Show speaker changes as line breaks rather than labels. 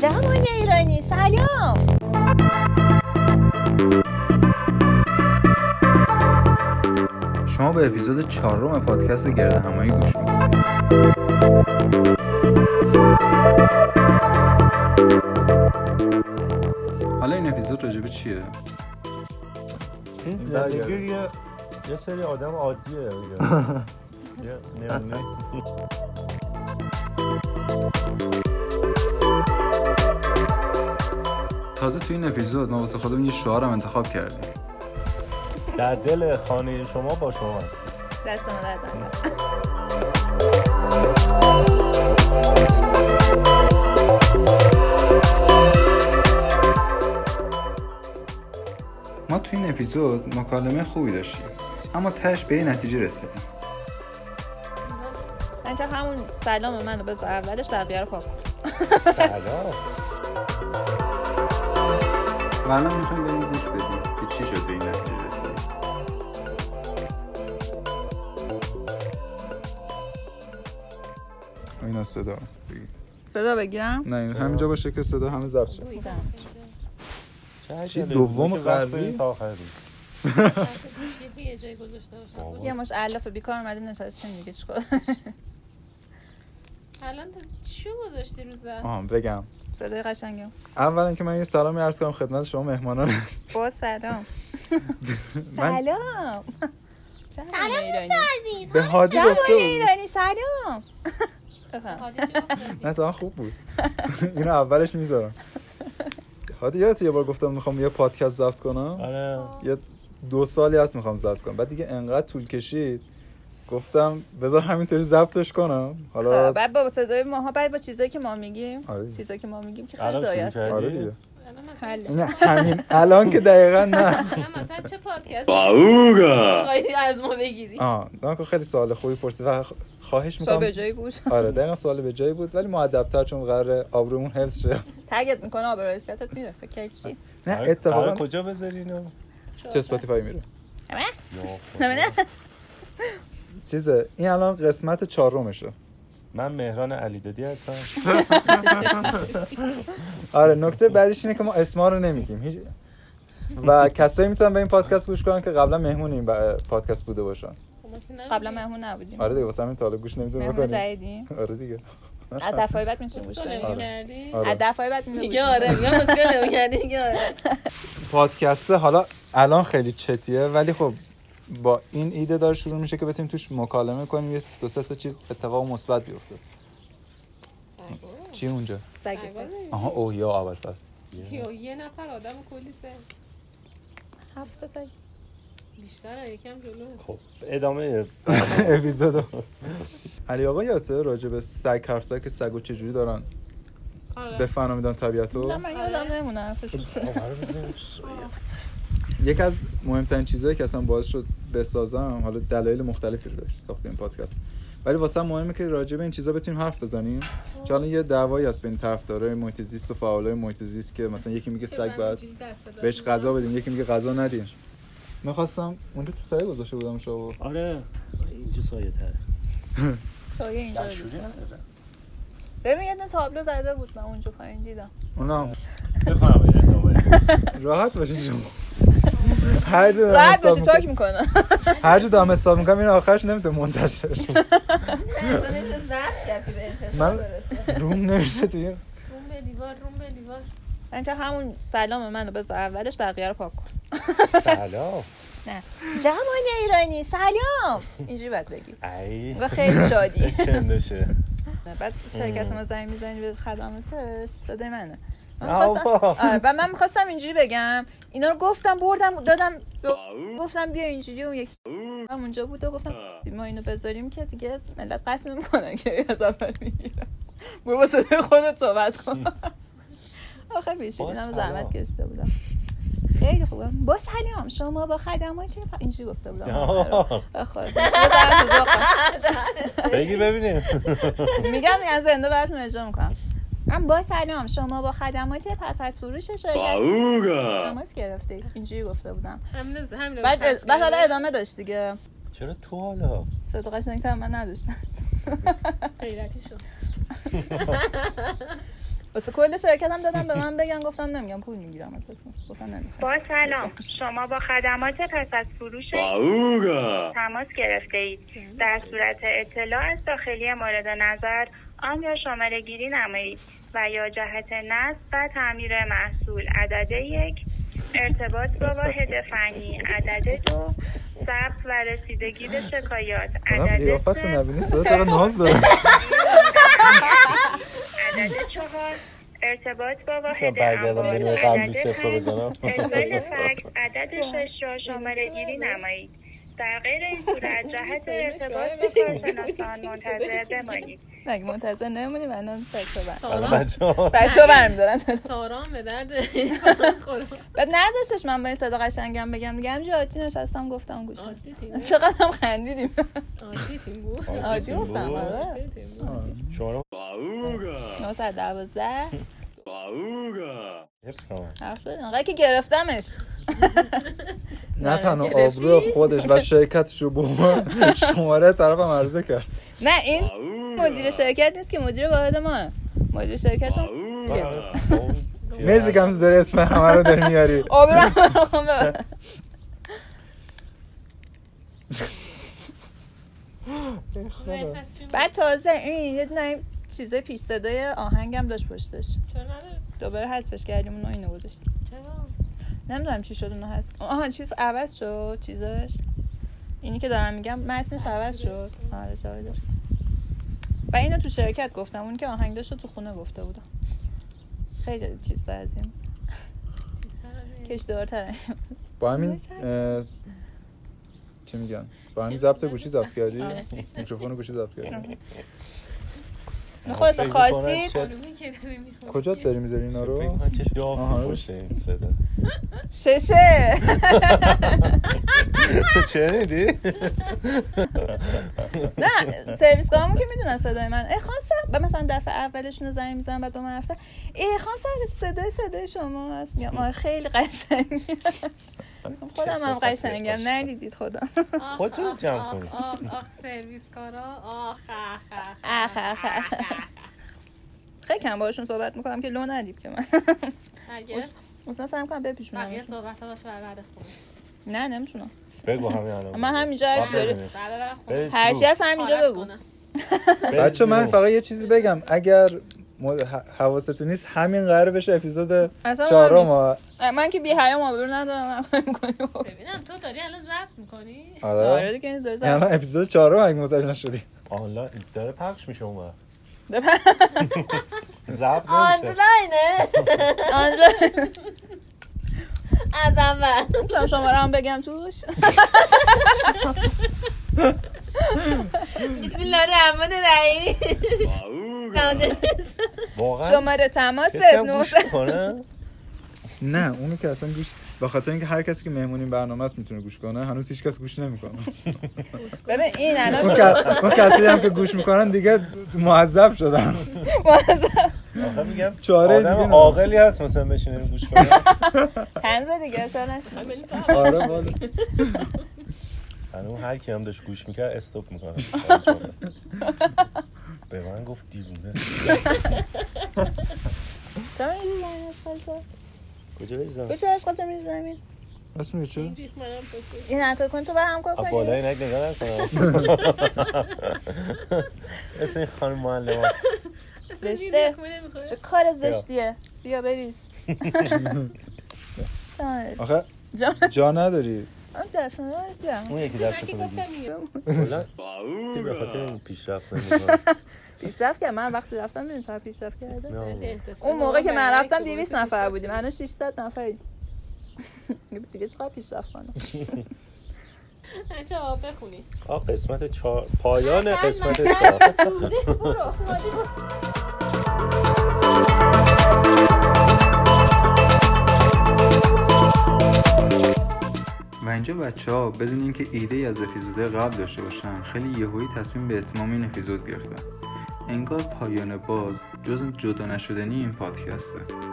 جهان ایرانی سلام
شما به اپیزود چهارم پادکست گرد همایی گوش میکنید حالا این اپیزود راجبه چیه؟
این
برگرده.
زندگی یه یه سری آدم عادیه یه- یه نمونه
تازه تو این اپیزود ما واسه خودمون یه شعارم انتخاب کردیم
در دل خانه شما با شما هست
در شما در دارم.
ما تو این اپیزود مکالمه خوبی داشتیم اما تش به یه نتیجه رسیدیم
من که همون سلام منو بذار اولش بقیه رو پاک کن.
سلام
و الان میخوایم بریم گوش بدیم که چی شد به این نتیجه رسیدیم این از صدا
صدا بگیرم
نه این همینجا باشه که صدا همه ضبط شد
بودم.
چه
چی،
عجله.
دوم
ما که وقت
قوی؟
داریم تا آخر روز.
یه جای گذاشته باشم
یه مش الاف بیکار اومدیم نشستیم دیگه چیکار
الان تو چی گذاشتی رو زد
آها بگم
صدای قشنگم
اولا که من یه سلامی عرض کنم خدمت شما مهمانان هست
با سلام
من
سلام جهان ایرانی خب.
به حاجی
جهان
گفته بود
ایرانی سلام بفهم.
حاجی چی گفت؟
نه تا خوب بود اینو اولش میذارم هادی یادت یه بار گفتم میخوام یه پادکست ضبط کنم
آره
یه دو سالی هست میخوام ضبط کنم بعد دیگه انقدر طول کشید گفتم بذار همینطوری ضبطش کنم حالا
خب، بعد با صدای ماها بعد با چیزایی که ما میگیم
آره دیگه.
چیزایی که ما میگیم که
الان
خزایی
شروع
هست
کردی؟
آره دیگه
الان
حل.
مثلا چه-
نه همین الان که دقیقا نه
الان مثلا چه پادکست
خب.
باوگا
از ما بگیری
آه نه که خیلی سوال خوبی پرسید و خواهش
سا
میکنم
به جایی بود
آره دقیقا سوال به جایی بود ولی مؤدبتر چون قرار آبرومون حفظ شه
تگت میکنه آبروی سیاتت میره فکر کردی چی
نه
آره،
اتفاقا
آره، کجا بذاری اینو
تو اسپاتیفای میره
یا خدا.
نه نه
چیزه این الان قسمت چهارمشه
من مهران علیدادی هستم
آره نکته بعدیش اینه که ما اسما رو نمیگیم هیچ و کسایی میتونن به این پادکست گوش کنن که قبلا مهمون این ب- پادکست بوده باشن
خب،
قبلا مهمون نبودیم
آره دیگه واسه همین تا حالا گوش نمیتونیم
مهمون
بکنیم
جدیدیم
آره دیگه
از دفعه بعد میتونیم گوش کنیم
آره.
میگردی
آره.
از دفعه بعد میتونیم
میگه آره میگه مسکر نمیگردی میگه آره
پادکسته حالا الان خیلی چتیه ولی خب با این ایده داره شروع میشه که بتونیم توش مکالمه کنیم یه دو سه تا چیز اتفاق مثبت بیفته چی اونجا
سگ سگ.
آها اوهیا اول پس
یا یه نفر آدم کلی سه
هفت سگ
بیشتر یکم جلو
خب ادامه
اپیزودو علی آقا یادته راجع به سگ حرف زد که سگو چجوری دارن
آره
بفنا میدن طبیعتو
نه من یادم نمونه
خب،
حرفش
یکی از مهمترین چیزهایی که اصلا باعث شد بسازم حالا دلایل مختلفی رو داشت ساخت این پادکست ولی واسه هم مهمه که راجع به این چیزا بتونیم حرف بزنیم چون الان یه دعوایی هست بین طرفدارای محیط زیست و فعالای محیط زیست که مثلا یکی میگه سگ باید بهش غذا بدیم یکی میگه غذا ندین میخواستم اونجا تو سایه گذاشته بودم شو
آره اینجا سایه تر
سایه اینجا رو دوست دارم. ببین یه دونه تابلو زده بود من اونجا پایین دیدم
اونا
بفرمایید ادامه
راحت باشین شما هر جا دارم
راحت
حساب
باشی
می‌کنم-
پاک میکنه
هر جا دارم حساب میکنم این آخرش نمیتونه منتشر شه. من- روم نمیشه تو این
روم به دیوار روم به دیوار
من که همون سلام منو بذار اولش بقیه رو پاک کن
سلام
جهان ایرانی سلام اینجوری باید بگی
ای
و خیلی شادی
چندشه
بعد شرکت ما زنگ میزنی به خدماتش داده منه من
آوا.
می‌خواستم- آره، و من میخواستم اینجوری بگم اینا رو گفتم بردم دادم گفتم بیا اینجوری اون یکی من اونجا بود و گفتم ما اینو بذاریم که دیگه ملت قصد نمیکنن که از اول میگیرم برو با صدای خودت صحبت کن آخه بیشونی
با
هم
سلام.
زحمت کشته بودم خیلی خوبه با سلام شما با خدمات ف- اینجوری گفته بودم آره.
آه.
آخه بیشونی زحمت کشیده بودم.
بگی ببینیم
خب، میگم از زنده براتون اجرا میکنم من با سلام شما با خدمات پس از فروش شرکت
باوگا
تماس گرفته اینجوری گفته بودم
همین همین
بعد بعد حالا ادامه داشت دیگه
چرا تو حالا
صدا قشنگتر من نداشتم
غیرتی شد
واسه کل شرکت هم دادم به من بگن گفتم نمیگم پول میگیرم ازتون گفتم نمیخوام
با سلام شما با خدمات پس از فروش
Bauga!
تماس گرفته اید در صورت اطلاع از داخلی مورد نظر آن را شماره گیری نمایید و یا جهت نصب و تعمیر محصول عدد یک ارتباط با واحد فنی عدد دو ثبت و رسیدگی به شکایات
آدم
عدد
قیافت رو
سه
نبینی صدا چقدر ناز داره
عدد چهار ارتباط با
می‌تونم
واحد
برگردم
اموال،
بین قبلی
عدد
صفر رو
پنج،
بزنم؟
ارسال فکس عدد شش را شماره گیری نمایید در غیر این صورت جهت ارتباط با کارشناسان منتظر بمانید
نگه منتظر نمونیم الان بچه بر
از
سارا
بچه ها
بچه برمیدارن
سارا هم به درد خورم
بعد نذاشتش من با این صدا قشنگم بگم میگم همجا آتی نشستم گفتم گوش کن.
عادی تیم بود.
چقدر هم خندیدیم
عادی تیم بود
عادی گفتم آره
عادی تیم بود.
آه.
شماره
Bauga!
912
Bauga!
حفظ کنم.
حرف بزن. آقایی که گرفتمش
نه تنها آبرو خودش و شرکتش رو به شماره طرف هم عرضه کرد
نه این
Bauga!
مدیر شرکت نیست که مدیر واحد ما مدیر شرکت هم
Bauga!
اون
مرسی که همسه داره اسم همه رو داری میاری
آبرو هم رو خواهم ببرم. بعد تازه این یه دونه این چیزای پیش صدای آهنگم داشت پشتش
چرا نداره؟
دوباره حذفش کردیم اونو اینو گذاشتیم
چرا؟
نمیدونم چی شد اونو هست آها چیز عوض شد چیزاش اینی که دارم میگم متنش عوض شد آره جاویدش کرد. و اینو تو شرکت گفتم اون که آهنگ داشت رو تو خونه گفته بودم خیلی چیز از این کش دارتره
با همین اه، س- چی میگن با همین ضبط گوشی ضبط کردی
آره.
میکروفون گوشی ضبط
آره.
کردی
خلاصه
فکر
خواستید
می‌کنم
خانومی که داره میخوره.
کجا داری میذاری اینا
چه- فکر
رو
می‌کنم چه دافی
آها.
باشه این صدا
چشه
شنیدی؟
نه سرویس کارمون که میدونن صدای من ای خام سر و مثلا دفعه اولشون رو زنگ میزنم بعد به من رفتن ای خام سر صدای صدای شما هست میگم آره خیلی قشنگه خودم هم قشنگم ندیدید خودم
آخ،
خودتون
آخ،
جمع
آخ،
کنید.
آخ آخ سرویس کارا آخ آخ آخ
آخ، آخ، آخ. خیلی کم باشون صحبت میکنم که لو ندید که من
هرگز
مثلا سعی میکنم
بقیه
بپیچونم
صحبت باش بر بعد خونه
نه نمیتونم
بگو همین الان
من همینجا
من
هرچی داری
ببینم.
بعد بر خونه
برید
هرچی
تو.
هست همینجا
آرش
بگو
کنه.
برید
بچه من
تو.
فقط یه چیزی بگم اگر مد- ح- حواستون نیست همین قرار بشه اپیزود
اصلا
چهارم یعنی
مهم
ها.
من که بی حیا مابرو ندارم من میکنی
ببینم تو داری الان ضبط میکنی
آره
آره
دیگه داره
یعنی
زن
اپیزود چهارم اگه متوجه نشدی
آنلاین داره پخش میشه اون وقت.
بپر-
ضبط نمیشه
آنلاین میتونم شماره هم بگم توش
بسم الله الرحمن الرحیم
Bauga!
واقعا
شماره تماس
کسی هم
09.
گوش کنه
نه اونو که اصلا گوش به خاطر اینکه هر کسی که مهمون این برنامه است میتونه گوش کنه هنوز هیچ کس گوش نمیکنه
ببین این
اون,
الان
ک- اون کسی هم که گوش میکنن دیگه معذب شدن
آخه میگم
چاره دیگه
آدم
نداره.
عاقلی هست مثلا بشینه گوش کنه
تنز دیگه شاید نشنوی.
بله.
آره والا.
هنوز یعنی هر کی هم داشت گوش میکرد استوب میکنه به من گفت دیوونه
چرا می‌ریزی زمین آشغالتو؟
کجا بریزم
بچه آشغالتو می‌ریزی زمین؟
راست میگه چه؟
ریخ منم پشت
این حرکت کن تو با هم کار
از
کنی
بالای نگ نگاه نکنم اسم این خانم معلم
اصلا این
رشته.
لقمه نمی‌خوره؟
چه کار زشتیه بیا بریز آره.
آخه
جان
جا نداری
آن دست من بیا.
اون یکی
من
دستتو
که
بگیر
گفتم میگم.
کلا کی به خاطر
Bauga!
این پیشرفت نمی‌کنه؟
پیشرفت کرد من وقتی رفتم میدونی چقدر پیشرفت کرده
نه
اون موقع که من
برای
رفتم
که
200
بود،
نفر بودیم الان 600 نفریم دیگه چقدر پیشرفت کنم
بچه‌ها، بخونی
آه قسمت چهار پایان
اصلا
قسمت
من
چهار
برو اومدی گفت
و اینجا بچه ها بدون اینکه ایده ای از اپیزود قبل داشته باشن خیلی یهویی تصمیم به اتمام این اپیزود گرفتن انگار پایان باز جز جدا نشدنی این پادکسته